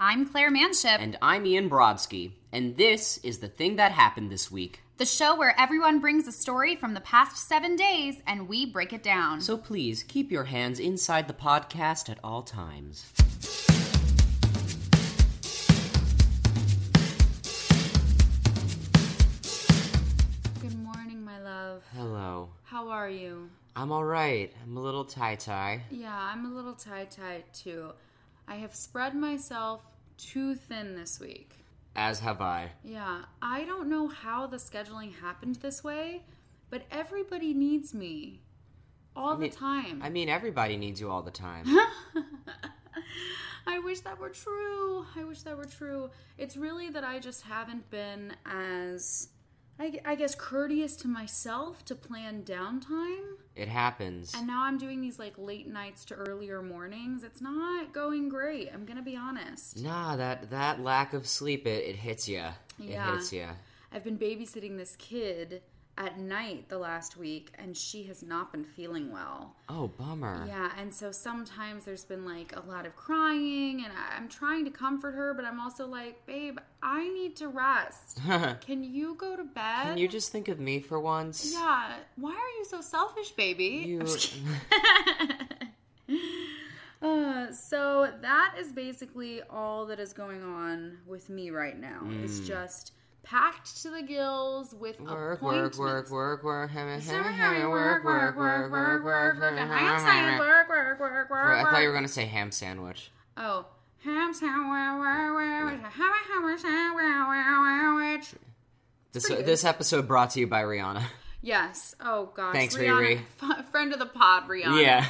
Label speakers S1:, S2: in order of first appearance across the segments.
S1: I'm Claire Manship,
S2: And I'm Ian Brodsky, and this is the thing that happened this week.
S1: the show where everyone brings a story from the past seven days and we break it down.
S2: So please keep your hands inside the podcast at all times.
S1: Good morning, my love.
S2: Hello.
S1: How are you?
S2: I'm alright. I'm a little tie tie.
S1: Yeah, I'm a little tie tied too. I have spread myself too thin this week.
S2: As have I.
S1: Yeah, I don't know how the scheduling happened this way, but everybody needs me all
S2: mean-
S1: the time.
S2: I mean, everybody needs you all the time.
S1: I wish that were true. I wish that were true. It's really that I just haven't been as, I, gu- I guess, courteous to myself to plan downtime.
S2: it happens.
S1: And now I'm doing these like late nights to earlier mornings. It's not going great. I'm going to be honest.
S2: Nah, that that lack of sleep, it, it hits you. It
S1: Yeah.
S2: hits you.
S1: I've been babysitting this kid at night the last week, and she has not been feeling well.
S2: Oh, bummer.
S1: Yeah, and so sometimes there's been like a lot of crying, and I- I'm trying to comfort her, but I'm also like, babe, I need to rest. Can you go to bed?
S2: Can you just think of me for once?
S1: yeah. Why are you so selfish, baby?
S2: You,
S1: Uh, so that is basically all that is going on with me right now. It's just packed to the gills with
S2: work, work,
S1: appointments.
S2: work, work, work, hammer,
S1: So we're
S2: hammer,
S1: having
S2: hammer, work, work, work, work, work,
S1: work.
S2: hammer,
S1: I am
S2: hammer,
S1: saying
S2: hammer.
S1: work, work, work,
S2: Wait, I
S1: work,
S2: thought you were
S1: work.
S2: gonna say ham sandwich.
S1: Oh. Ham sandwich, ham hammer sandwich.
S2: This this episode brought to you by Rihanna.
S1: Yes. Oh gosh.
S2: Thanks,
S1: Rihanna, f- friend of the pod, Rihanna.
S2: Yeah,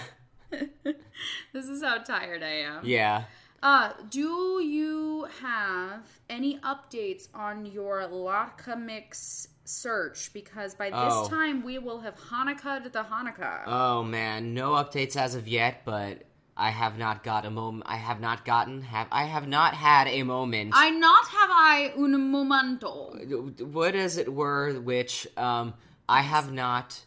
S1: This is how tired I am.
S2: yeah.
S1: Uh, do you have any updates on your Latka mix search? Because by this
S2: Oh.
S1: time we will have Hanukkah to the Hanukkah.
S2: Oh man, no updates as of yet, but I have not got a moment. I have not gotten. Have I have not had a moment.
S1: I not have I un momento.
S2: What as it were, which um, I have not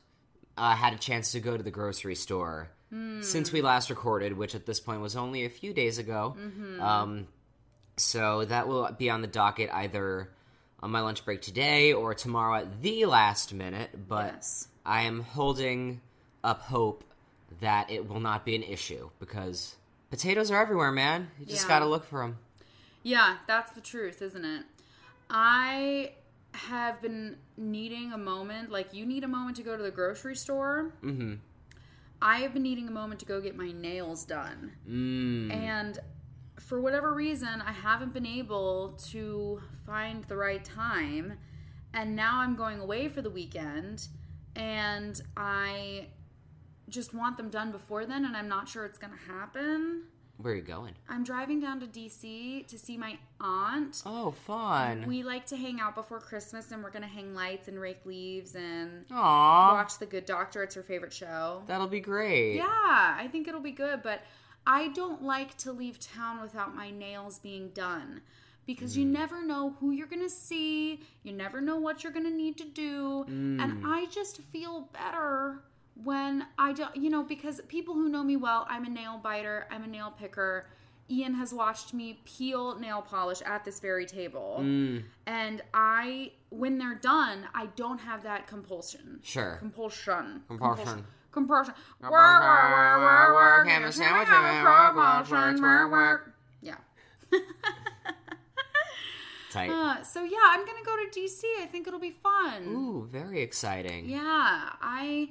S2: uh, had a chance to go to the grocery store
S1: Hmm.
S2: since we last recorded, which at this point was only a few days ago.
S1: Mm-hmm.
S2: Um, so that will be on the docket either on my lunch break today or tomorrow at the last minute. But
S1: Yes.
S2: I am holding up hope that it will not be an issue because potatoes are everywhere, man. You just
S1: Yeah.
S2: gotta look for them.
S1: Yeah, that's the truth, isn't it? I have been needing a moment. Like, you need a moment to go to the grocery store. Mm-hmm. I have been needing a moment to go get my nails done. Mm. And for whatever reason, I haven't been able to find the right time. And now I'm going away for the weekend. And I just want them done before then. And I'm not sure it's going to happen.
S2: Where are you going?
S1: I'm driving down to DC to see my aunt.
S2: Oh, fun.
S1: We like to hang out before Christmas and we're going to hang lights and rake leaves and
S2: Aww.
S1: watch The Good Doctor. It's her favorite show.
S2: That'll be great.
S1: Yeah, I think it'll be good, but I don't like to leave town without my nails being done because you never know who you're going to see, you never know what you're going to need to do, and I just feel better when I don't, you know, because people who know me well, I'm a nail biter, I'm a nail picker. Ian has watched me peel nail polish at this very table. And I, when they're done, I don't have that compulsion.
S2: Sure.
S1: Compulsion.
S2: Compulsion.
S1: Compulsion. Work, work, work, work, work.
S2: work,
S1: Hammer
S2: hammer
S1: sandwich,
S2: sandwich,
S1: hammer,
S2: hammer,
S1: work,
S2: work,
S1: work,
S2: work,
S1: work,
S2: work,
S1: work. Yeah.
S2: Tight.
S1: Uh, so yeah, I'm gonna go to DC. I think it'll be fun.
S2: Ooh, very exciting.
S1: Yeah, I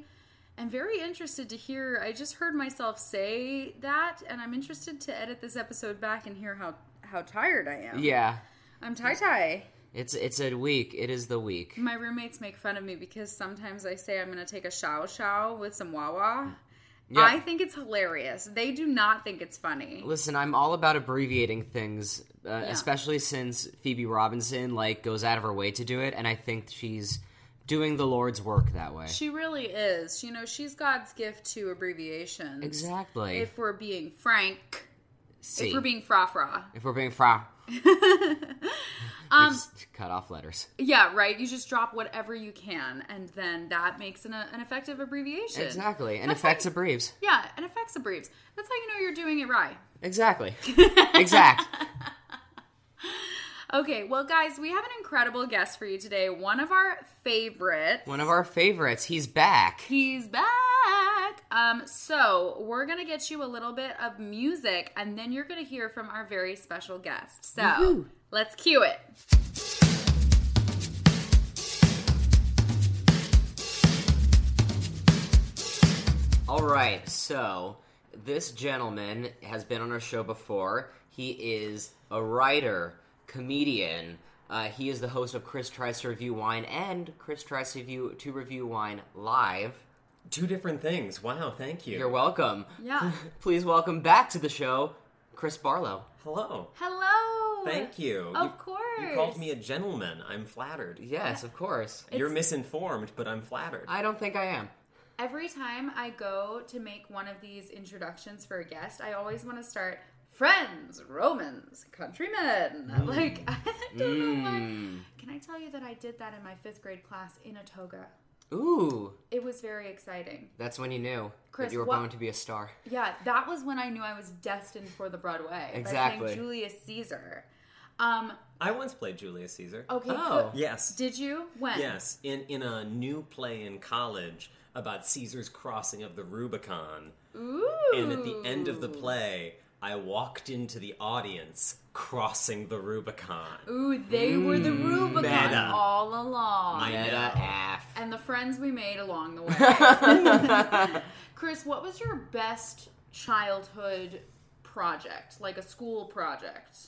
S1: am very interested to hear. I just heard myself say that, and I'm interested to edit this episode back and hear how how tired I am.
S2: Yeah.
S1: I'm tie tie.
S2: It's it's a week. It is the week.
S1: My roommates make fun of me because sometimes I say I'm going to take a shao shao with some wawa.
S2: Yeah.
S1: I think it's hilarious. They do not think it's funny.
S2: Listen, I'm all about abbreviating things, uh, especially since Phoebe Robinson like goes out of her way to do it, and I think she's doing the Lord's work that way.
S1: She really is. You know, she's God's gift to abbreviations.
S2: exactly.
S1: If we're being frank,
S2: See,
S1: if we're being fra fra.
S2: if we're being fra, um, cut off letters.
S1: Yeah, right. You just drop whatever you can, and then that makes an, an effective abbreviation.
S2: Exactly, and
S1: That's
S2: effects
S1: like-
S2: abreves.
S1: Yeah, and affects abbreves. That's how you know you're doing it right.
S2: Exactly, exact.
S1: Okay, well, guys, we have an incredible guest for you today. One of our favorites.
S2: One of our favorites. He's back.
S1: He's back. Um, so we're gonna get you a little bit of music, and then you're gonna hear from our very special guest. So
S2: Woohoo.
S1: let's cue it.
S2: All right, so this gentleman has been on our show before. He is a writer, comedian. Uh, he is the host of Chris Tries to Review Wine and Chris Tries to Review, to Review Wine Live.
S3: Two different things. Wow, thank you.
S2: You're welcome.
S1: Yeah.
S2: Please welcome back to the show, Chris Barlow.
S3: Hello.
S1: Hello.
S3: Thank you.
S1: Of
S3: you,
S1: course.
S3: You called me a gentleman. I'm flattered.
S2: Yes, of course.
S3: You're misinformed, but I'm flattered.
S2: I don't think I am.
S1: Every time I go to make one of these introductions for a guest, I always want to start friends, Romans, countrymen.
S3: Mm.
S1: Like, I don't know
S2: Hmm.
S1: why. Can I tell you that I did that in my fifth grade class in a toga?
S2: Ooh,
S1: It was very exciting.
S2: that's when you knew
S1: Chris,
S2: that you were
S1: what-
S2: bound to be a star.
S1: Yeah, that was when I knew I was destined for the Broadway. By
S2: Exactly.
S1: playing Julius Caesar. Um,
S3: I once played Julius Caesar.
S1: okay.
S2: Oh.
S1: good.
S3: Yes.
S1: Did you? When?
S3: yes. In in a new play in college about Caesar's crossing of the Rubicon.
S1: Ooh.
S3: And at the end of the play, I walked into the audience crossing the Rubicon.
S1: Ooh, they were the
S3: Mm,
S1: Rubicon
S3: meta.
S1: all along.
S3: I
S2: Meta
S3: know.
S2: F.
S1: and the friends we made along the way. Chris, what was your best childhood project, like a school project?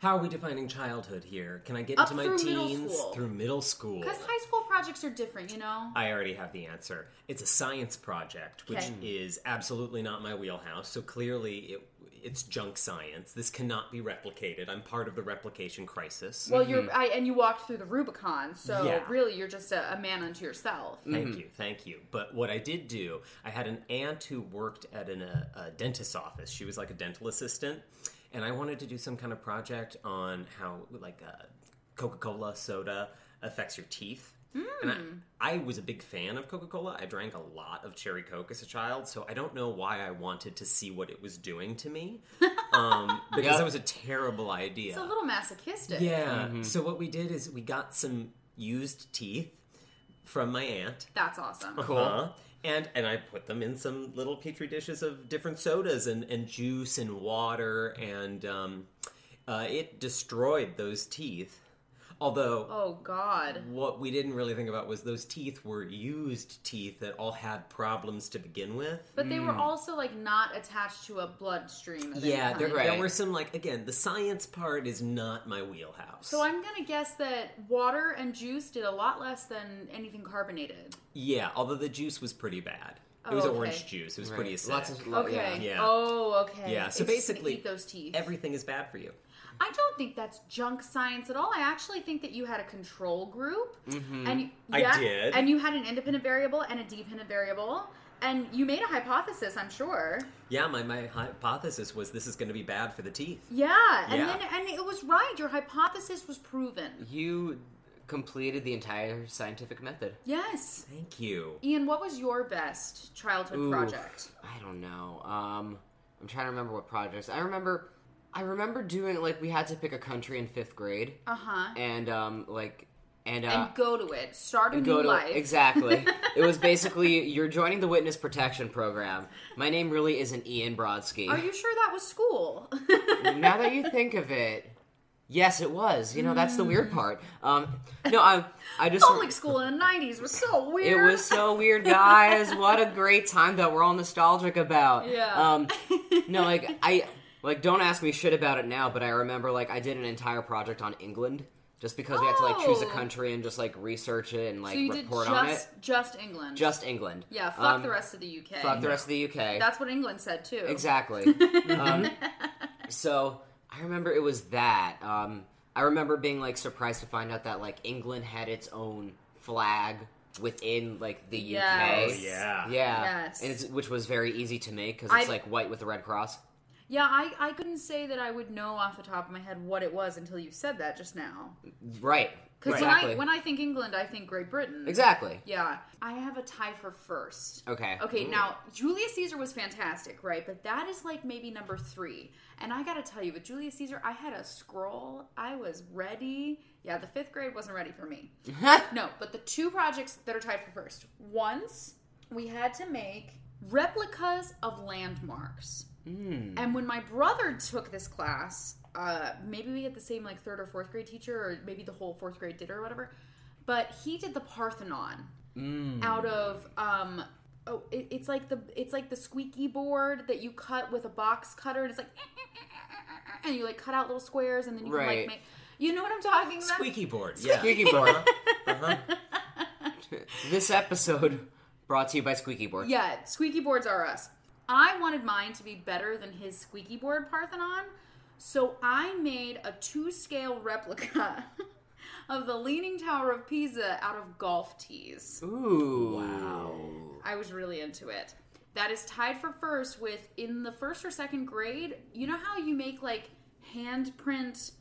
S3: How are we defining childhood here? Can I get
S1: Up
S3: into my
S1: through middle
S3: teens
S1: school.
S3: through middle school?
S1: Because high school projects are different, you know.
S3: I already have the answer. It's a science project, which
S1: Okay.
S3: is absolutely not my wheelhouse. So clearly, it, it's junk science. This cannot be replicated. I'm part of the replication crisis.
S1: Well, you're I, and you walked through the Rubicon, so
S3: Mm-hmm. Yeah.
S1: really you're just a, a man unto yourself.
S3: Thank you, thank you. But what I did do, I had an aunt who worked at an, uh, a dentist's office. She was like a dental assistant, and I wanted to do some kind of project on how like uh, Coca-Cola soda affects your teeth.
S1: Hmm.
S3: And I, I was a big fan of Coca-Cola. I drank a lot of cherry Coke as a child, so I don't know why I wanted to see what it was doing to me, um, because
S2: Yep.
S3: that was a terrible idea.
S1: It's a little masochistic.
S3: yeah. So what we did is we got some used teeth from my aunt.
S1: That's awesome.
S3: Uh-huh. And and I put them in some little petri dishes of different sodas and, and juice and water and um, uh, it destroyed those teeth. Although
S1: Oh God.
S3: what we didn't really think about was those teeth were used teeth that all had problems to begin with.
S1: But they were also like not attached to a bloodstream. of any
S3: Mm. Yeah, there,
S1: kind.
S2: right.
S3: there were some like again the science part is not my wheelhouse.
S1: So I'm gonna guess that water and juice did a lot less than anything carbonated.
S3: yeah, although the juice was pretty bad.
S1: Oh,
S3: It was
S1: okay.
S3: orange juice. It was pretty acidic.
S2: Lots of lo-
S1: Okay.
S2: yeah.
S3: Yeah.
S1: Oh, okay.
S3: Yeah, so
S1: It's just gonna
S3: basically
S1: eat those teeth.
S3: Everything is bad for you.
S1: I don't think that's junk science at all. I actually think that you had a control group,
S2: Mm-hmm.
S1: and you-
S3: I
S1: yeah,
S3: did.
S1: and you had an independent variable and a dependent variable, and you made a hypothesis. I'm sure.
S3: Yeah, my, my hypothesis was this is going to be bad for the teeth.
S1: Yeah, and
S3: Yeah.
S1: then and it was right. Your hypothesis was proven.
S2: You completed the entire scientific method.
S1: Yes.
S3: Thank you.
S1: Ian, what was your best childhood
S2: Ooh,
S1: project?
S2: I don't know. Um, I'm trying to remember what projects. I remember, I remember doing like we had to pick a country in fifth grade,
S1: Uh huh.
S2: and um, like, and uh,
S1: And go to it. Start a
S2: go
S1: new
S2: to
S1: life.
S2: exactly. it was basically you're joining the witness protection program. My name really isn't Ian Brodsky.
S1: Are you sure that was school?
S2: now that you think of it, yes, it was. You know, that's the
S1: Mm.
S2: weird part. Um, no, I, I just
S1: Public school in the '90s was so
S2: It
S1: weird.
S2: was so weird, guys. what a great time that we're all nostalgic about.
S1: Yeah.
S2: Um, no, like I like don't ask me shit about it now, but I remember like I did an entire project on England just because we had to like choose a
S1: Oh.
S2: country and just like research it and like
S1: so you did
S2: report
S1: just
S2: on it.
S1: just England.
S2: Just England.
S1: yeah. Fuck
S2: Um,
S1: the rest of the UK.
S2: Fuck the rest of the UK.
S1: That's what England said too.
S2: Exactly. um, so I remember it was that. Um, I remember being like surprised to find out that like England had its own flag within like the
S1: Yes.
S2: UK.
S1: Oh,
S3: yeah.
S2: Yeah.
S1: Yes.
S2: And it's, which was very easy to make because
S1: I-
S2: it's like white with a red cross.
S1: Yeah, I, I couldn't say that I would know off the top of my head what it was until you said that just now.
S2: Right.
S1: Because
S2: Exactly.
S1: when I when I think England, I think Great Britain.
S2: exactly.
S1: Yeah, I have a tie for first.
S2: Okay.
S1: Okay, now Julius Caesar was fantastic, right? But that is like maybe number three. And I gotta tell you, with Julius Caesar, I had a scroll. I was ready. Yeah, the fifth grade wasn't ready for me. no, but the two projects that are tied for first. Once we had to make replicas of landmarks.
S2: Hmm.
S1: And when my brother took this class, uh, maybe we had the same like third or fourth grade teacher, or maybe the whole fourth grade did or whatever. But he did the Parthenon out of um, oh, it, it's like the it's like the squeaky board that you cut with a box cutter, and it's like and you like cut out little squares, and then you can
S2: Right.
S1: like make. You know what I'm talking about?
S3: Squeaky board. Yeah.
S2: Squeaky board. this episode brought to you by Squeaky Board.
S1: Yeah, squeaky boards are us. I wanted mine to be better than his squeaky board Parthenon, so I made a two scale replica of the Leaning Tower of Pisa out of golf tees.
S2: Ooh. Wow.
S1: I was really into it. That is tied for first with in the first or second grade. You know how you make like handprint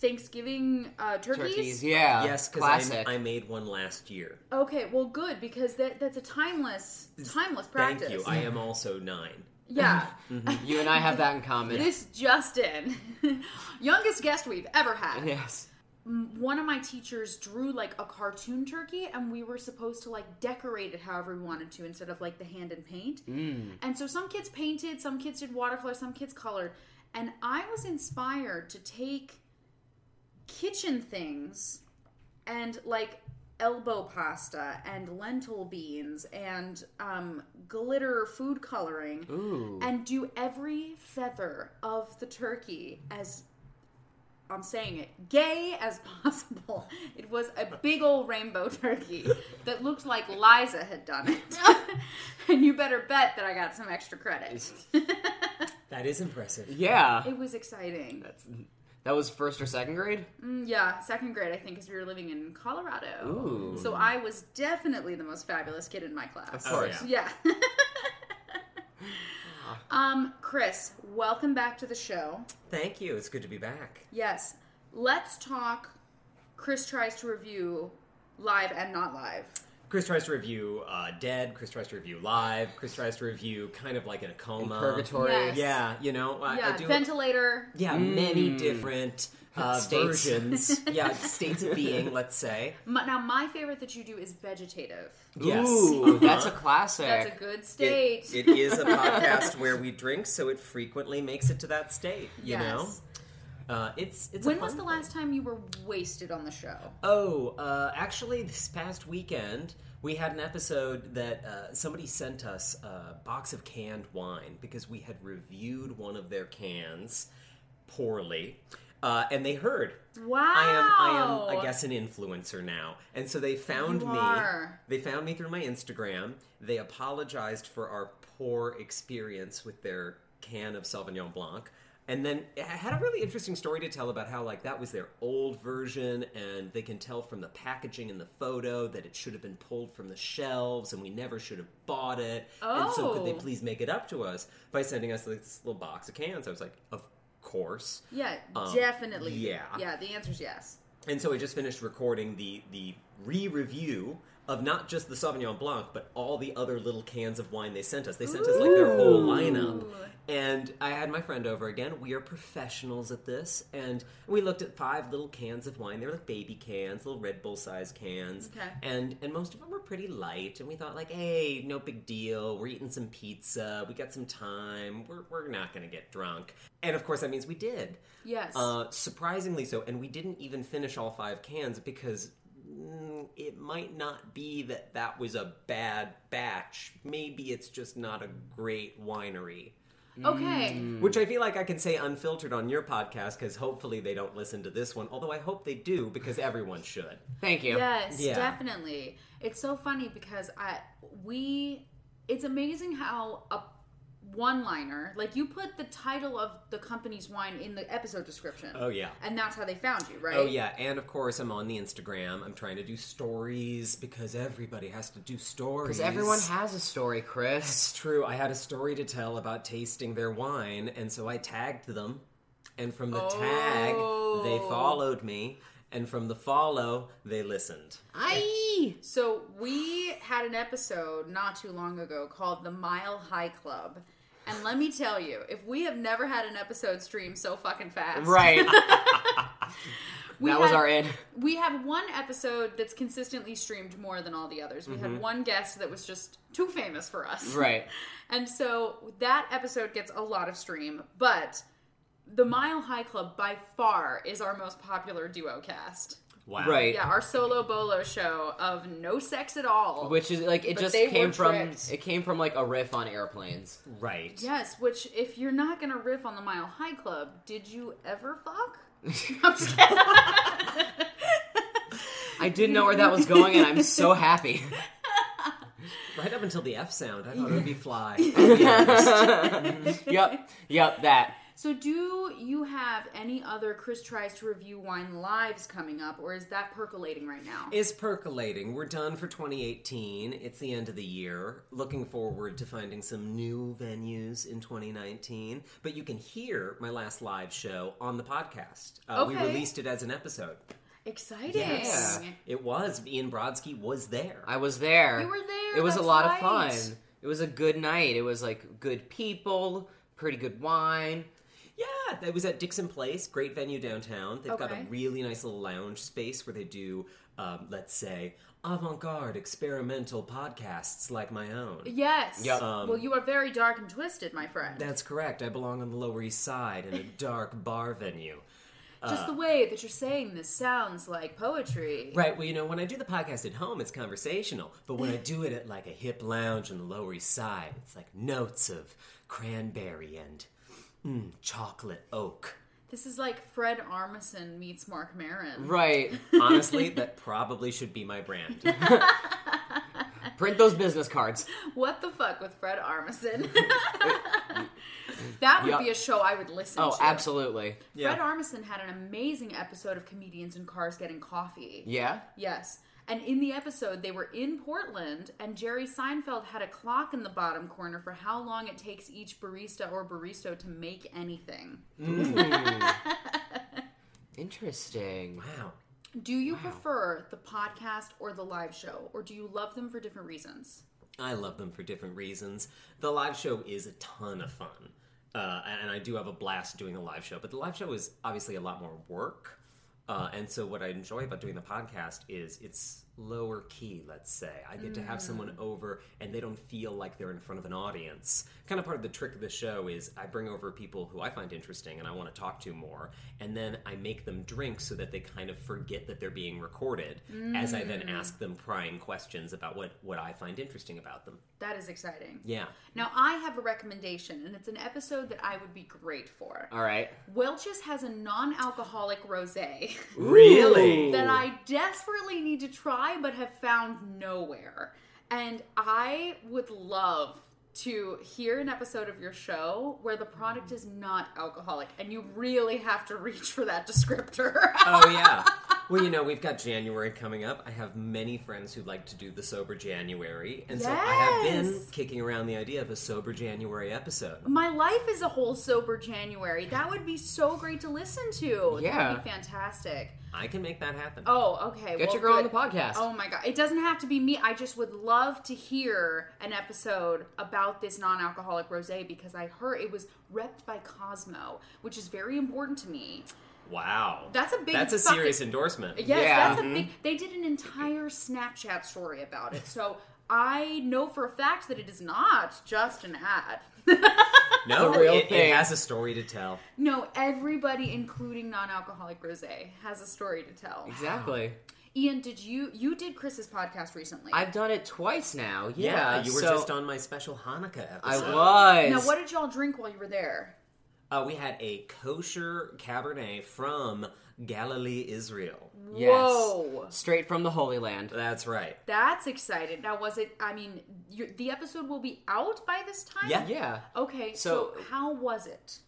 S1: Thanksgiving uh, turkeys?
S2: Turkeys, yeah.
S3: Yes, because
S2: classic.
S3: I, made one last year.
S1: Okay, well, good because that that's a timeless timeless practice.
S3: Thank you. I am also nine.
S1: yeah.
S2: you and I have that in common.
S1: This Justin, youngest guest we've ever had.
S2: yes.
S1: One of my teachers drew like a cartoon turkey, and we were supposed to like decorate it however we wanted to instead of like the hand and paint. And so some kids painted, some kids did watercolor, some kids colored. And I was inspired to take kitchen things and like elbow pasta and lentil beans and um, glitter food coloring
S2: Ooh.
S1: and do every feather of the turkey as I'm saying it gay as possible. It was a big old rainbow turkey that looked like Liza had done it. and you better bet that I got some extra credit.
S3: That is impressive.
S2: Yeah.
S1: It was exciting.
S2: That was first or second grade?
S1: Mm, yeah, second grade, I think, because we were living in Colorado.
S2: Ooh.
S1: So I was definitely the most fabulous kid in my class.
S2: Of
S3: Oh,
S2: course.
S3: yeah.
S1: Yeah.
S2: Ah.
S1: um, Chris, welcome back to the show.
S3: Thank you. It's good to be back.
S1: Yes. Let's talk. Chris tries to review live and not live.
S3: Chris tries to review uh, Dead. Chris tries to review Live. Chris tries to review kind of like in a coma.
S2: Purgatory.
S1: Yes.
S3: Yeah, you know, I,
S1: yeah,
S3: I do.
S1: ventilator.
S3: yeah, many different uh,
S2: States.
S3: versions. yeah, states of being, let's say.
S1: My, now, my favorite that you do is vegetative.
S3: Yes.
S2: Ooh, that's a
S3: Uh-huh.
S2: classic.
S1: That's a good state.
S3: It, it is a podcast where we drink, so it frequently makes it to that state. You
S1: Yes.
S3: know, uh, it's it's. a
S1: When was
S3: fun
S1: the
S3: thing.
S1: last time you were wasted on the show?
S3: Oh, uh, actually, this past weekend we had an episode that uh, somebody sent us a box of canned wine because we had reviewed one of their cans poorly, uh, and they heard.
S1: Wow.
S3: I am, I am, I guess, an influencer now, and so they found
S1: You
S3: me.
S1: are.
S3: They found me through my Instagram. They apologized for our poor experience with their can of Sauvignon Blanc. And then I had a really interesting story to tell about how, like, that was their old version, and they can tell from the packaging and the photo that it should have been pulled from the shelves, and we never should have bought it. And so, could they
S1: Oh.
S3: please make it up to us by sending us this little box of cans? I was like, of course.
S1: Yeah,
S3: Um,
S1: definitely.
S3: yeah.
S1: Yeah, the answer's yes.
S3: And so I just finished recording the the re-review of not just the Sauvignon Blanc, but all the other little cans of wine they sent us. They sent us like their whole lineup.
S1: Ooh.
S3: And I had my friend over again. We are professionals at this, and we looked at five little cans of wine. They were like baby cans, little Red Bull size cans,
S1: Okay.
S3: and and most of them were pretty light. And we thought like, hey, no big deal. We're eating some pizza. We got some time. We're we're not gonna get drunk. And of course, that means we did.
S1: Yes.
S3: Uh, surprisingly so, and we didn't even finish all five cans because mm, it might not be that that was a bad batch. Maybe it's just not a great winery.
S1: okay.
S3: Which I feel like I can say unfiltered on your podcast because hopefully they don't listen to this one. Although I hope they do because everyone should.
S2: Thank you.
S1: Yes,
S3: Yeah.
S1: definitely. It's so funny because I we it's amazing how a one liner. Like you put the title of the company's wine in the episode description.
S3: Oh, yeah.
S1: And that's how they found you, right?
S3: Oh yeah, and of course I'm on the Instagram. I'm trying to do stories because everybody has to do stories.
S2: Because everyone has a story, Chris.
S3: It's true. I had a story to tell about tasting their wine, and so I tagged them. And from the tag, they
S1: Oh.
S3: followed me. And from the follow, they listened.
S2: Aye.
S1: So we had an episode not too long ago called the Mile High Club. And let me tell you, if we have never had an episode stream so fucking fast.
S2: Right.
S1: We
S2: that was
S1: had-
S2: our in.
S1: We had one episode that's consistently streamed more than all the others. We had one guest that was just too famous for us.
S2: Mm-hmm. Right.
S1: And so that episode gets a lot of stream, but the Mile High Club by far is our most popular duo cast.
S3: Wow.
S2: Right.
S1: Yeah, our solo bolo show of no sex at all.
S2: Which is like it
S1: But
S2: just
S1: they
S2: came
S1: were
S2: from
S1: tricked.
S2: it came from like a riff on airplanes.
S3: Right.
S1: yes, which if you're not gonna riff on the Mile High Club, did you ever fuck? I'm just kidding.
S2: I didn't know where that was going, and I'm so happy.
S3: Right up until the F sound, I thought it would be fly. I'll be honest.
S2: yep, yep, that.
S1: so do you have any other Chris tries to review wine lives coming up, or is that percolating right now?
S3: is percolating. We're done for 2018. It's the end of the year. Looking forward to finding some new venues in 2019. But you can hear my last live show on the podcast. Uh, We
S1: Okay.
S3: released it as an episode.
S1: Exciting.
S2: Yes.
S3: It was. Ian Brodsky was there.
S2: I was there.
S1: You were there,
S2: It was a
S1: that's
S2: lot
S1: right.
S2: of fun. It was a good night. It was like good people, pretty good wine.
S3: yeah, that was at Dixon Place. Great venue downtown. They've got a
S1: Okay.
S3: really nice little lounge space where they do, um, let's say, avant garde experimental podcasts like my own.
S1: Yes.
S2: Yep.
S1: well, you are very dark and twisted, my friend.
S3: That's correct. I belong on the Lower East Side in a dark bar venue.
S2: uh,
S1: Just the way that you're saying this sounds like poetry.
S3: Right. Well, you know, when I do the podcast at home, it's conversational. But when I do it at like a hip lounge in the Lower East Side, it's like notes of cranberry and mm, chocolate oak.
S1: This is like Fred Armisen meets Mark Maron.
S2: Right.
S3: Honestly, that probably should be my brand.
S2: Print those business cards.
S1: What the fuck with Fred Armisen? that would
S2: Yep.
S1: be a show I would listen
S2: Oh,
S1: to.
S2: absolutely.
S3: Yeah.
S1: Fred Armisen had an amazing episode of Comedians in Cars Getting Coffee.
S2: Yeah.
S1: Yes. And in the episode, they were in Portland, and Jerry Seinfeld had a clock in the bottom corner for how long it takes each barista or baristo to make anything.
S2: Interesting.
S3: Wow.
S1: Do you prefer the podcast or the live show, or do you love them for different reasons?
S3: I love them for different reasons. The live show is a ton of fun. Uh, and and I do have a blast doing the live show, but the live show is obviously a lot more work. Uh, and so, what I enjoy about doing the podcast is it's lower key, let's say. I get to have someone over and they don't feel like they're in front of an audience. Kind of part of the trick of the show is I bring over people who I find interesting and I want to talk to more, and then I make them drink so that they kind of forget that they're being recorded as I then ask them prying questions about what, what I find interesting about them.
S1: That is exciting.
S3: Yeah.
S1: Now, I have a recommendation, and it's an episode that I would be great for.
S2: All right.
S1: Welch's has a non alcoholic rose that
S3: Really?
S1: I desperately need to try but have found nowhere. And I would love to hear an episode of your show where the
S3: Mm.
S1: product is not alcoholic and you really have to reach for that descriptor.
S3: Oh yeah. Well, you know, we've got January coming up. I have many friends who like to do the sober January, and so I have been
S1: Yes.
S3: kicking around the idea of a sober January episode.
S1: My life is a whole sober January. That would be so great to listen to. That
S2: Yeah.
S1: would be fantastic.
S3: I can make that happen.
S1: Oh, okay.
S2: Get
S1: well,
S2: your girl on the
S1: good.
S2: podcast.
S1: Oh my god. It doesn't have to be me. I just would love to hear an episode about this non-alcoholic rosé because I heard it was repped by Cosmo, which is very important to me.
S3: Wow.
S1: That's a big
S3: That's a
S1: fucking-
S3: serious endorsement.
S1: Yes,
S2: Yeah. Mm-hmm.
S1: that's a big. They did an entire Snapchat story about it. So I know for a fact that it is not just an ad.
S3: No,
S2: The real
S3: it, it
S2: thing.
S3: has a story to tell.
S1: No, everybody, including non-alcoholic rosé, has a story to tell.
S2: Exactly.
S1: Ian, did you you did Chris's podcast recently?
S2: I've done it twice now. Yeah.
S3: Yeah, you were
S2: so
S3: just on my special Hanukkah
S2: I
S3: episode.
S2: was.
S1: now, what did y'all drink while you were there?
S3: Uh, we had a kosher Cabernet from Galilee, Israel.
S1: Whoa.
S2: Straight from the Holy Land.
S3: That's right.
S1: That's excited. Now, was it? I mean, you the episode will be out by this time.
S3: Yeah.
S2: Yeah.
S1: Okay. So,
S2: So-
S1: how was it?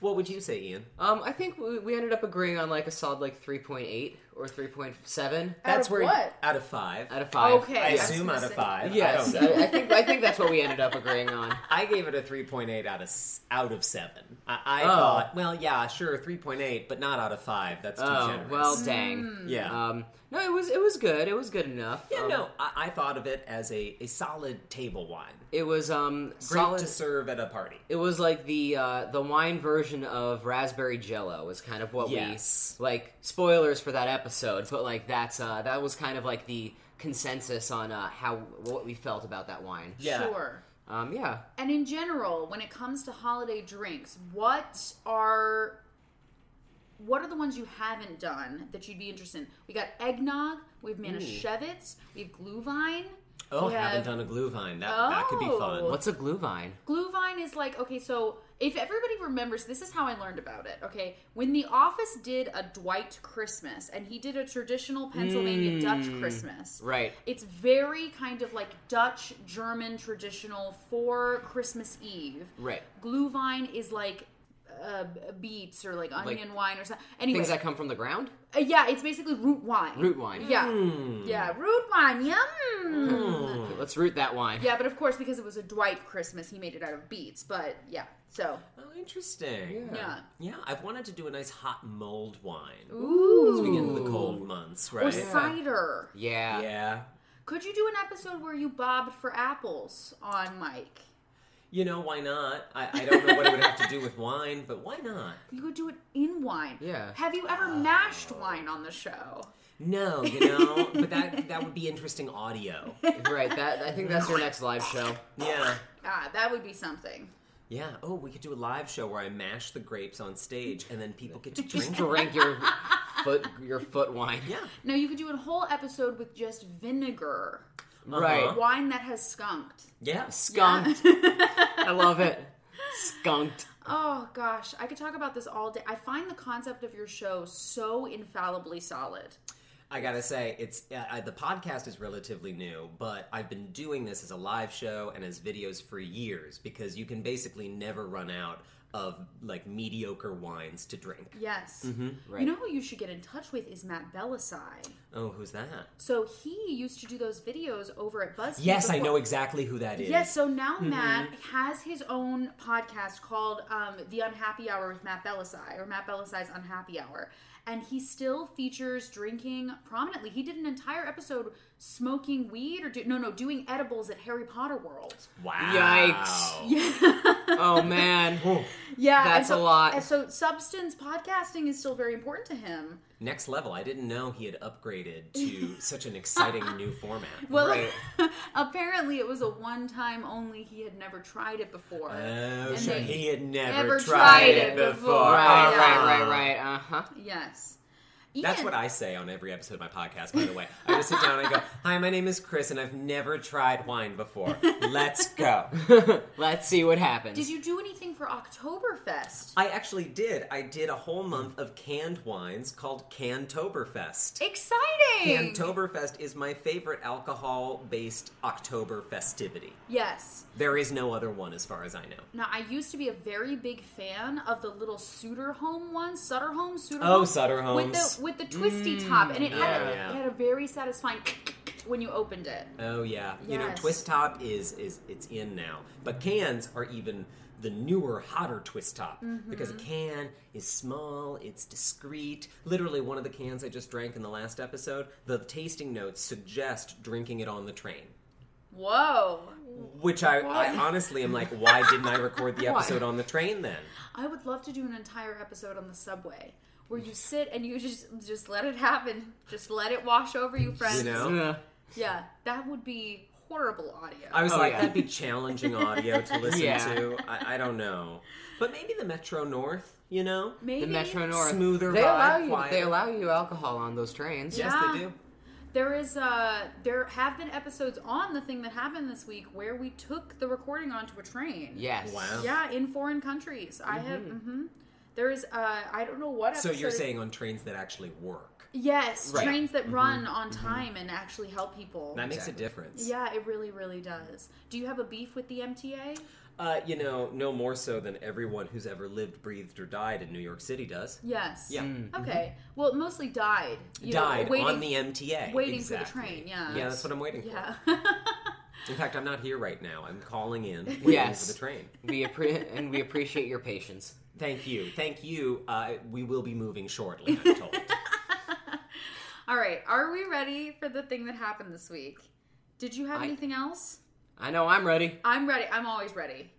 S3: What would you say, Ian?
S2: Um, I think we, we ended up agreeing on like a solid like 3.8 or 3.7
S3: That's
S1: of
S3: where
S1: what?
S3: out of five.
S2: out of five.
S1: Okay.
S3: I
S1: I was
S3: assume
S1: gonna
S3: out of
S1: say-
S3: five.
S2: Yes,
S3: I, don't know.
S2: I, I think I think that's what we ended up agreeing on.
S3: I gave it a three point eight out of s- out of seven. I, I
S2: Oh.
S3: thought, well, yeah, sure, three point eight, but not out of five. That's too
S2: Oh
S3: generous.
S2: well, dang.
S3: yeah.
S2: Um, no, it was it was good. It was good enough.
S3: Hmm. yeah,
S2: Um,
S3: no, I, I thought of it as a, a solid table wine.
S2: It was um
S3: Great
S2: solid.
S3: to serve at a party.
S2: It was like the uh, the wine version of raspberry Jello is kind of what
S3: Yes.
S2: we like. Spoilers for that episode, but like that's uh, that was kind of like the consensus on uh, how what we felt about that wine.
S3: Yeah.
S1: Sure.
S2: Um, yeah.
S1: And in general, when it comes to holiday drinks, what are what are the ones you haven't done that you'd be interested in? We got eggnog, we have manischewitz, we have glühwein.
S3: Oh,
S1: we
S3: haven't
S1: have-
S3: done a glue vine. That, that could be fun.
S1: Oh.
S2: What's a glue vine?
S1: Glühwein is like okay, so if everybody remembers, this is how I learned about it. Okay, when The Office did a Dwight Christmas, and he did a traditional Pennsylvania
S2: Hmm.
S1: Dutch Christmas,
S2: Right.
S1: It's very kind of like Dutch German traditional for Christmas Eve.
S2: Right.
S1: Glühwein is like uh, beets or like onion wine or something. Anyway,
S2: Things that come from the ground.
S1: uh, yeah, it's basically root wine.
S2: Root Hmm. wine.
S1: Yeah, yeah, root wine. Yum.
S2: Hmm.
S3: Hmm.
S2: Let's root that wine.
S1: Yeah, but of course, because it was a Dwight Christmas, he made it out of beets. But yeah, so
S3: Oh, interesting.
S1: Yeah.
S3: Yeah, I've wanted to do a nice hot mulled wine.
S1: ooh,
S3: Speaking of the cold months,
S1: or
S3: right?
S1: cider.
S2: Yeah.
S3: yeah.
S1: Could you do an episode where you bobbed for apples on Mike?
S3: You know, why not? I, I don't know what it would have to do with wine, but why not?
S1: You could do it in wine.
S2: Yeah.
S1: Have you ever mashed wine on the show?
S3: No, you know, but that that would be interesting audio.
S2: Right. That I think that's your next live show.
S3: Yeah.
S1: Ah, that would be something.
S3: Yeah. Oh, we could do a live show where I mash the grapes on stage and then people get to
S2: Just
S3: drink. it.
S2: drink your foot your foot wine.
S3: yeah.
S1: No, you could do a whole episode with just vinegar.
S2: Right.
S3: Uh-huh.
S1: Wine that has skunked.
S3: Yeah.
S2: Skunked. I love it. Skunked.
S1: Oh gosh, I could talk about this all day. I find the concept of your show so infallibly solid.
S3: I gotta say, it's uh, uh, the podcast is relatively new, but I've been doing this as a live show and as videos for years because you can basically never run out of like mediocre wines to drink.
S1: Yes.
S2: Mm-hmm. right.
S1: You know who you should get in touch with is Matt Belisai.
S3: Oh, who's that?
S1: So he used to do those videos over at BuzzFeed.
S3: Yes, I
S1: before-
S3: know exactly who that is.
S1: Yes, so now
S2: Mm-hmm.
S1: Matt has his own podcast called um, The Unhappy Hour with Matt Belisai, or Matt Belisai's Unhappy Hour. And he still features drinking prominently. He did an entire episode smoking weed or do, no, no, doing edibles at Harry Potter World.
S3: Wow.
S2: Yikes. Oh man.
S1: Yeah, and
S2: That's
S1: so-
S2: a lot.
S1: And so substance podcasting is still very important to him.
S3: Next level. I didn't know he had upgraded to such an exciting new format.
S1: Well,
S2: Right.
S1: apparently it was a one time only. He had never tried it before.
S2: Uh,
S3: Oh,
S1: And
S3: sure.
S1: they-
S3: He had never,
S1: never
S3: tried,
S1: tried
S3: it
S1: it
S3: before. Ah.
S1: before.
S2: Right,
S1: Yeah.
S2: right, right, right. Uh
S1: Uh-huh.
S2: huh.
S1: yes.
S3: That's
S1: Ian-
S3: what I say on every episode of my podcast, by the way. I just sit down and go, Hi, my name is Chris, and I've never tried wine before. Let's go.
S2: Uh-huh. Let's see what happens.
S1: Did you do anything for Oktoberfest?
S3: I actually did. I did a whole month of canned wines called Cantoberfest.
S1: Exciting!
S3: Cantoberfest is my favorite alcohol based October festivity.
S1: yes.
S3: There is no other one as far as I know.
S1: Now, I used to be a very big fan of the little Sutter Home one, Sutter Home, Sutter
S3: Oh,
S1: Home,
S3: Sutter
S1: with
S3: Homes.
S1: the with the twisty top, and it had a,
S3: yeah.
S1: it had a very satisfying when you opened it.
S3: Oh yeah, you know
S1: Yes.
S3: twist top is is it's in now, but cans are even the newer, hotter twist top
S2: Mm-hmm.
S3: because a can is small, it's discreet. Literally, one of the cans I just drank in the last episode, the tasting notes suggest drinking it on the train.
S1: Whoa!
S3: Which I, I honestly am like, why didn't I record the
S2: Why?
S3: episode on the train then?
S1: I would love to do an entire episode on the subway where you sit and you just just let it happen, just let it wash over you, friends.
S3: You know.
S2: Yeah.
S1: Yeah, that would be horrible audio.
S3: I was
S2: Oh,
S3: like,
S2: yeah.
S3: that'd be challenging audio to listen
S2: Yeah.
S3: to. I, I don't know, but maybe the Metro North, you know,
S1: Maybe
S2: the Metro North
S3: smoother
S2: They
S3: vibe,
S2: allow you.
S3: quieter.
S2: They allow you alcohol on those trains.
S1: Yeah.
S3: Yes, they do.
S1: There is uh there have been episodes on the thing that happened this week where we took the recording onto a train.
S2: Yes.
S3: Wow.
S1: Yeah, in foreign countries. I have hmm There is uh I don't know what
S3: Mm-hmm. So
S1: episode.
S3: you're saying on trains that actually work.
S1: Yes,
S2: Right.
S1: trains that run on time and actually help people.
S3: Mm-hmm. That makes a
S2: Exactly.
S3: difference.
S1: yeah, it really, really does. Do you have a beef with the MTA?
S3: Uh, you know, no more so than everyone who's ever lived, breathed, or died in New York City does.
S1: Yes. Mm-hmm.
S3: Yeah.
S2: Mm.
S3: Mm-hmm.
S1: Okay. Well, it mostly died. you know,
S3: Died
S1: waiting,
S3: on the MTA.
S1: waiting for
S3: Exactly.
S1: the train. Yeah.
S3: Yeah, that's what I'm waiting
S1: Yeah.
S3: for. In fact, I'm not here right now. I'm calling in waiting
S2: Yes.
S3: for the train.
S2: We appre- and we appreciate your patience.
S3: Thank you. Thank you. Uh, we will be moving shortly, I'm told.
S1: All right. Are we ready for the thing that happened this week? Did you have
S2: I-
S1: anything else?
S2: I know I'm ready.
S1: I'm ready. I'm always ready.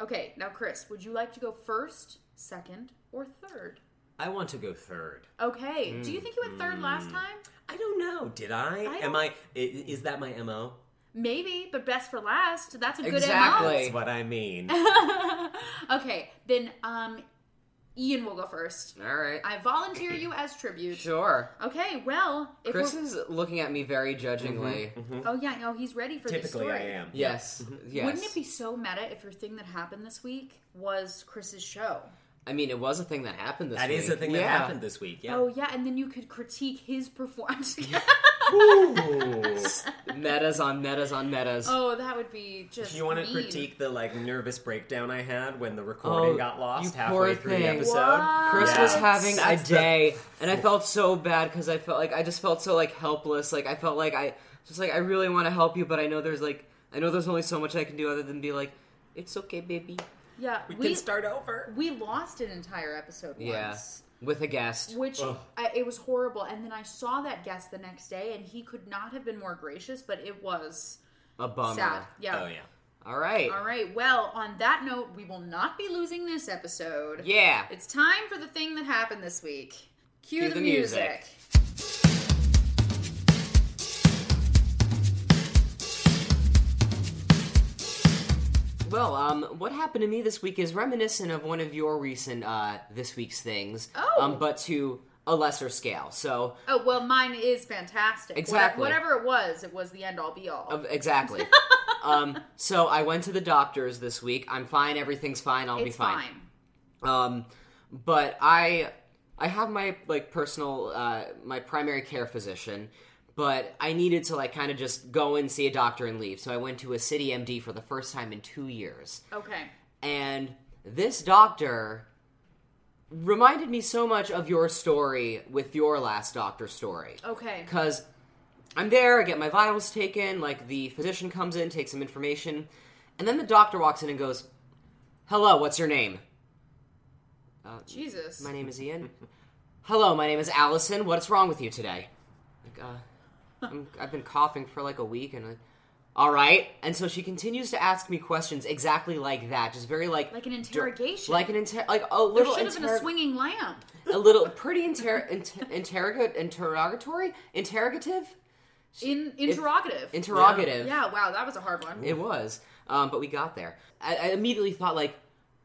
S1: Okay. Now, Chris, would you like to go first, second, or third?
S3: I want to go third.
S1: Okay. Do you think you went third last
S2: Mm.
S1: time?
S3: I don't know. Did I?
S1: don't-
S3: Am I? i- Is that my mo?
S1: Maybe, but best for last. That's a good
S2: Exactly.
S1: MO.
S3: That's what I mean.
S1: Okay. Then, um, Ian will go first.
S2: All right.
S1: I volunteer you as tribute.
S2: Sure.
S1: Okay, well, if
S2: Chris
S1: we're,
S2: is looking at me very judgingly.
S3: Mm-hmm.
S1: oh yeah, no, he's ready for this
S3: Typically,
S1: story.
S3: I am.
S2: Yes. Yes.
S1: Mm-hmm. Wouldn't it be so meta if your thing that happened this week was Chris's show?
S2: I mean, it was a thing that happened this
S3: That
S2: week.
S3: is the thing that
S2: Yeah.
S3: happened this week. Yeah.
S1: Oh yeah, and then you could critique his performance.
S3: Ooh.
S2: metas on metas on metas.
S1: oh, that would be just.
S3: Do you want to
S1: mean.
S3: critique the like nervous breakdown I had when the recording
S2: Oh,
S3: got lost
S2: you
S3: halfway
S2: poor
S3: through the
S2: thing.
S3: episode?
S1: What?
S2: Chris
S1: Yeah.
S2: was having
S3: That's
S2: a
S3: the-
S2: day, and I felt so bad because I felt like I just felt so like helpless. Like I felt like I just like I really want to help you, but I know there's like I know there's only so much I can do other than be like, it's okay, baby.
S1: Yeah,
S3: we,
S1: we
S3: can start over.
S1: we lost an entire episode
S2: Yeah.
S1: once,
S2: With a guest.
S1: which
S3: Ugh.
S1: I, it was horrible. And then I saw that guest the next day, and he could not have been more gracious, but it was
S2: A bummer.
S1: sad. Yeah.
S3: Oh yeah.
S2: All right.
S1: All right. Well, on that note, we will not be losing this episode.
S2: Yeah.
S1: It's time for the thing that happened this week. Cue, the,
S2: the
S1: music.
S2: music. Well, um, what happened to me this week is reminiscent of one of your recent uh this week's things.
S1: Oh.
S2: Um, but to a lesser scale. So
S1: Oh well, mine is fantastic. What-
S2: Exactly.
S1: Whatever it was, it was the end all be all.
S2: Of- Exactly. um, so I went to the doctor's this week. I'm fine. Everything's fine. I'll be
S1: it's fine.
S2: fine. Um, but I I have my like personal uh, my primary care physician, but I needed to like kind of just go and see a doctor and leave. So I went to a city MD for the first time in two years,
S1: Okay.
S2: and this doctor reminded me so much of your story with your last doctor story
S1: Okay.
S2: because I'm there, I get my vitals taken, like the physician comes in, takes some information, and then the doctor walks in and goes, Hello, what's your name? Uh,
S1: Jesus.
S2: My name is Ian. Hello, my name is Allison. What's wrong with you today? Like, uh, I'm, I've been coughing for like a week, and like, all right. And so she continues to ask me questions exactly like that, just very like
S1: Like an
S2: dir-
S1: interrogation.
S2: like an inter, like a
S1: there
S2: little
S1: should have been a
S2: interrog-
S1: swinging lamp.
S2: a little pretty inter, inter- interrog- interrogatory interrogative
S1: In interrogative.
S2: interrogative.
S1: yeah. Wow, that was a hard one.
S2: It was, um, but we got there. I, I immediately thought, like,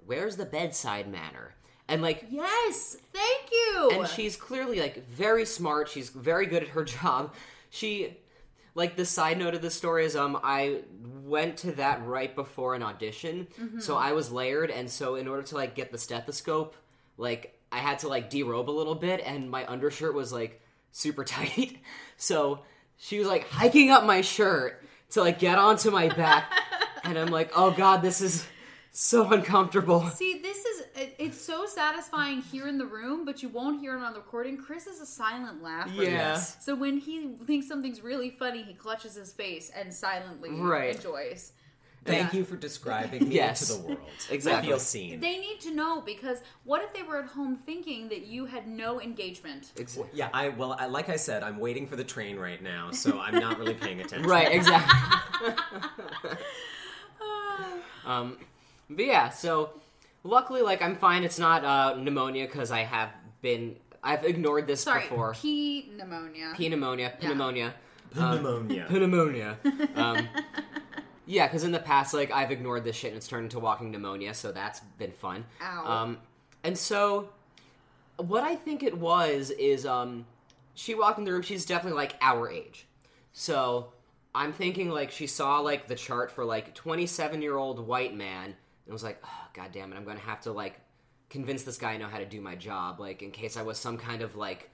S2: where's the bedside manner? And like,
S1: yes. Thank you.
S2: and she's clearly like very smart. She's very good at her job. She, like, the side note of the story is, um, I went to that right before an audition, so
S3: Mm-hmm.
S2: I was layered, and so in order to like get the stethoscope, like, I had to like derobe a little bit, and my undershirt was like super tight, so she was like hiking up my shirt to like get onto my back, and I'm like, oh god, this is so uncomfortable.
S1: See, this is it- it's so satisfying here in the room, but you won't hear it on the recording. Chris is a silent laugher.
S2: Yeah.
S3: Yes.
S1: So when he thinks something's really funny, he clutches his face and silently
S2: Right.
S1: enjoys.
S3: Thank
S1: Yeah.
S3: you for describing me
S2: Yes.
S3: to the world.
S2: Exactly.
S3: I feel seen.
S1: They need to know because what if they were at home thinking that you had no engagement?
S2: Exactly.
S3: yeah, I well, I, like I said, I'm waiting for the train right now, so I'm not really paying attention.
S2: Right, exactly.
S1: Ah.
S2: um, but yeah, so luckily, like, I'm fine. It's not uh, pneumonia because I have been, I've ignored this
S1: Sorry,
S2: before.
S1: pea pneumonia.
S2: P pneumonia,
S1: Yeah.
S2: pneumonia,
S3: Um, Pneumonia.
S2: pneumonia. um, yeah, because in the past, like, I've ignored this shit and it's turned into walking pneumonia, so that's been fun.
S1: Ow.
S2: Um, and so, what I think it was is, um, she walked in the room. She's definitely like our age. So I'm thinking like she saw like the chart for like 27 year old white man and was like, oh, God damn it, I'm gonna have to like convince this guy I know how to do my job. Like in case I was some kind of like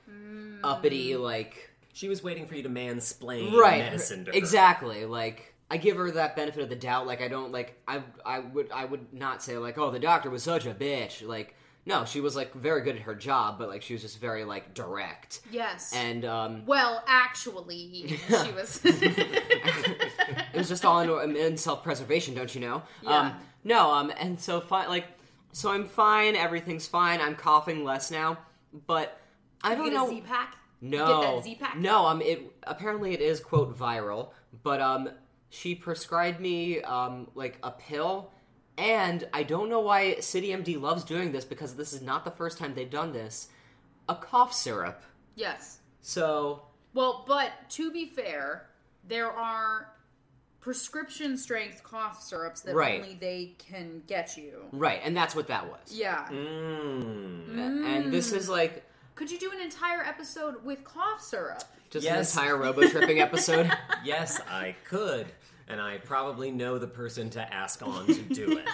S2: uppity like
S3: She was waiting for you to mansplain medicine to her.
S2: exactly like i give her that benefit of the doubt like i don't like i i would i would not say like oh the doctor was such a bitch like no she was like very good at her job but like she was just very like direct
S1: Yes.
S2: and um
S1: well, actually, she was.
S2: it was just all in, um, in self-preservation don't you know um
S1: Yeah.
S2: no um and so fine like so i'm fine everything's fine i'm coughing less now but i don't
S1: Get
S2: know
S1: a Z pack.
S2: No.
S1: Get that Z pack.
S2: No, um, it apparently it is quote viral, but um, she prescribed me um like a pill, and I don't know why CityMD loves doing this because this is not the first time they've done this. A cough syrup.
S1: Yes.
S2: So
S1: Well, but to be fair, there are prescription strength cough syrups that
S2: Right.
S1: only they can get you.
S2: right, and that's what that was.
S1: Yeah.
S3: Mm.
S2: A- And this is like
S1: Could you do an entire episode with cough syrup?
S2: just
S3: Yes.
S2: an entire robo tripping episode.
S3: Yes, I could. And I probably know the person to ask on to do it.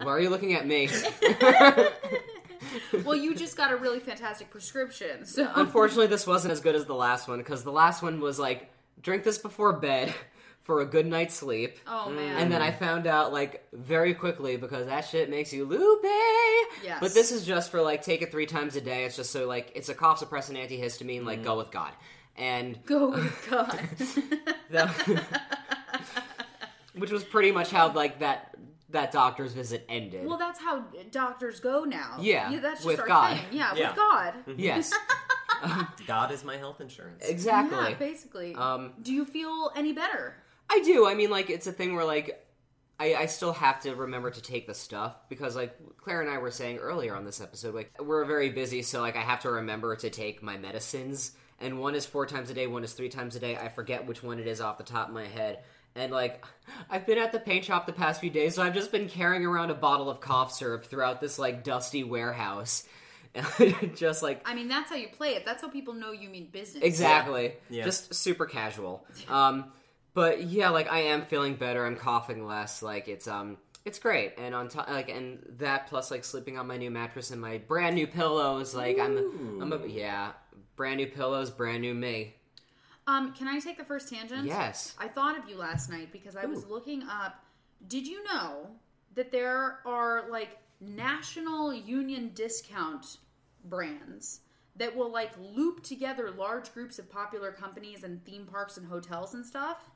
S2: Why are you looking at me?
S1: well, you just got a really fantastic prescription. So
S2: Unfortunately, this wasn't as good as the last one because the last one was like drink this before bed for a good night's sleep.
S1: Oh man.
S2: And then I found out like very quickly because that shit makes you loopy.
S1: Yes.
S2: But this is just for like take it three times a day. It's just so like it's a cough suppressant antihistamine.
S1: Mm.
S2: Like go with God. And
S1: Go with God.
S2: that- which was pretty much how like that that doctor's visit ended.
S1: well, that's how doctors go now.
S2: Yeah,
S1: that's just
S2: with
S1: our
S2: God.
S1: thing. Yeah,
S3: Yeah.
S1: with God.
S2: yes,
S3: God is my health insurance.
S2: exactly.
S1: Yeah, basically.
S2: Um,
S1: Do you feel any better?
S2: I do. I mean, like, it's a thing where, like, I, I still have to remember to take the stuff because, like, Claire and I were saying earlier on this episode, like, we're very busy, so, like, I have to remember to take my medicines. And one is four times a day, one is three times a day. I forget which one it is off the top of my head. And, like, I've been at the paint shop the past few days, so I've just been carrying around a bottle of cough syrup throughout this, like, dusty warehouse. just, like,
S1: I mean, that's how you play it. That's how people know you mean business.
S2: Exactly.
S3: Yeah.
S2: Just super casual. Um, but yeah, like I am feeling better. I'm coughing less. Like it's um, it's great. And on top, like, and that plus like sleeping on my new mattress and my brand new pillows. Like I'm, a, I'm a yeah, brand new pillows, brand new me.
S1: Um, can I take the first tangent?
S2: Yes.
S1: I thought of you last night because I was looking up. Did you know that there are like national union discount brands that will like loop together large groups of popular companies and theme parks and hotels and stuff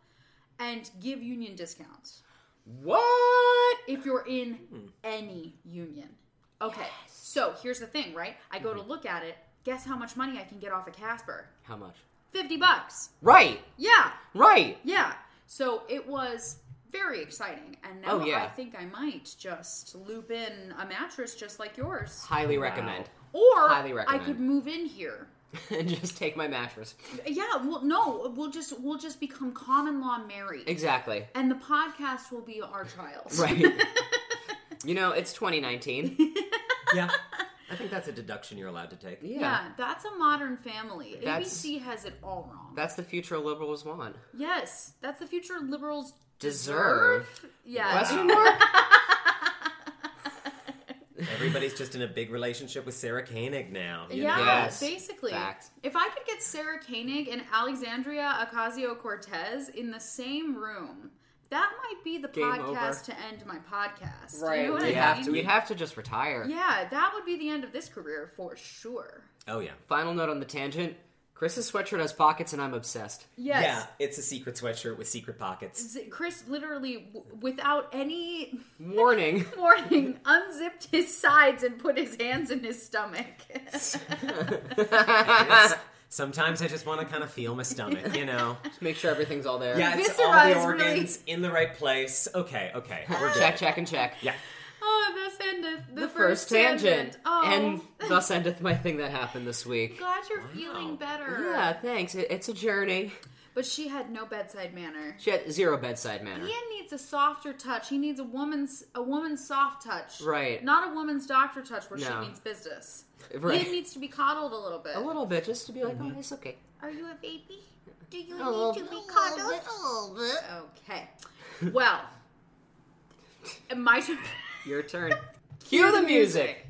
S1: and give union discounts
S2: What?
S1: if you're in
S2: Hmm.
S1: any union. Okay. So, here's the thing, right? I go
S2: Mm-hmm.
S1: to look at it. Guess how much money I can get off of Casper?
S2: How much?
S1: 50 bucks.
S2: Right.
S1: Yeah.
S2: Right.
S1: Yeah. So it was very exciting. And now
S2: Oh, yeah.
S1: I think I might just loop in a mattress just like yours.
S2: Highly recommend.
S1: Or
S2: Highly
S1: I
S2: recommend.
S1: could move in here.
S2: and just take my mattress.
S1: Yeah, well no, we'll just we'll just become common law married.
S2: Exactly.
S1: And the podcast will be our child.
S2: Right. you know, it's 2019.
S3: Yeah. I think that's a deduction you're allowed to take.
S1: Yeah. that's a modern family.
S2: That's-
S1: ABC has it all wrong.
S2: That's the future liberals want.
S1: yes, that's the future liberals
S2: Deserve.
S1: Yes.
S2: Question mark?
S3: Everybody's just in a big relationship with Sarah Koenig now. you
S1: Yeah,
S3: know?
S2: Yes.
S1: basically.
S2: Fact.
S1: If I could get Sarah Koenig and Alexandria Ocasio Cortez in the same room, that might be the
S2: Game
S1: podcast to end my podcast. You know what
S2: We'd
S1: I
S2: have
S1: mean?
S2: to. We'd have to just retire.
S1: Yeah, that would be the end of this career for sure.
S3: Oh, yeah.
S2: Final note on the tangent. Chris's sweatshirt has pockets, and I'm obsessed.
S1: Yes.
S3: Yeah, it's a secret sweatshirt with secret pockets.
S1: Z- Chris literally, w- without any
S2: Warning.
S1: warning, unzipped his sides and put his hands in his stomach.
S3: It's- Sometimes I just want to kind of feel my stomach, you know?
S2: Just make sure everything's all there.
S3: Yeah, it's all
S1: Viscera
S3: the
S1: is really-
S3: organs in the right place. Okay, okay. We're good.
S2: Check, check, and check.
S3: Yeah.
S1: oh, this ended the,
S2: The first tangent.
S1: Oh,
S2: And thus endeth my thing that happened this week.
S1: glad you're feeling better.
S2: Yeah, thanks. It, it's a journey.
S1: But she had no bedside manner.
S2: She had zero bedside manner.
S1: Ian needs a softer touch. He needs a woman's a woman's soft touch.
S2: Right.
S1: Not a woman's doctor touch where
S2: No.
S1: she means business.
S2: Right. Oh,
S1: Ian needs to be coddled a little bit.
S2: A little bit, just to be like,
S3: Mm-hmm.
S2: oh, it's okay.
S1: Are you a baby? Do you
S2: A little-
S1: need to be coddled? Okay. Well, my turn.
S2: Your turn. Cue the music.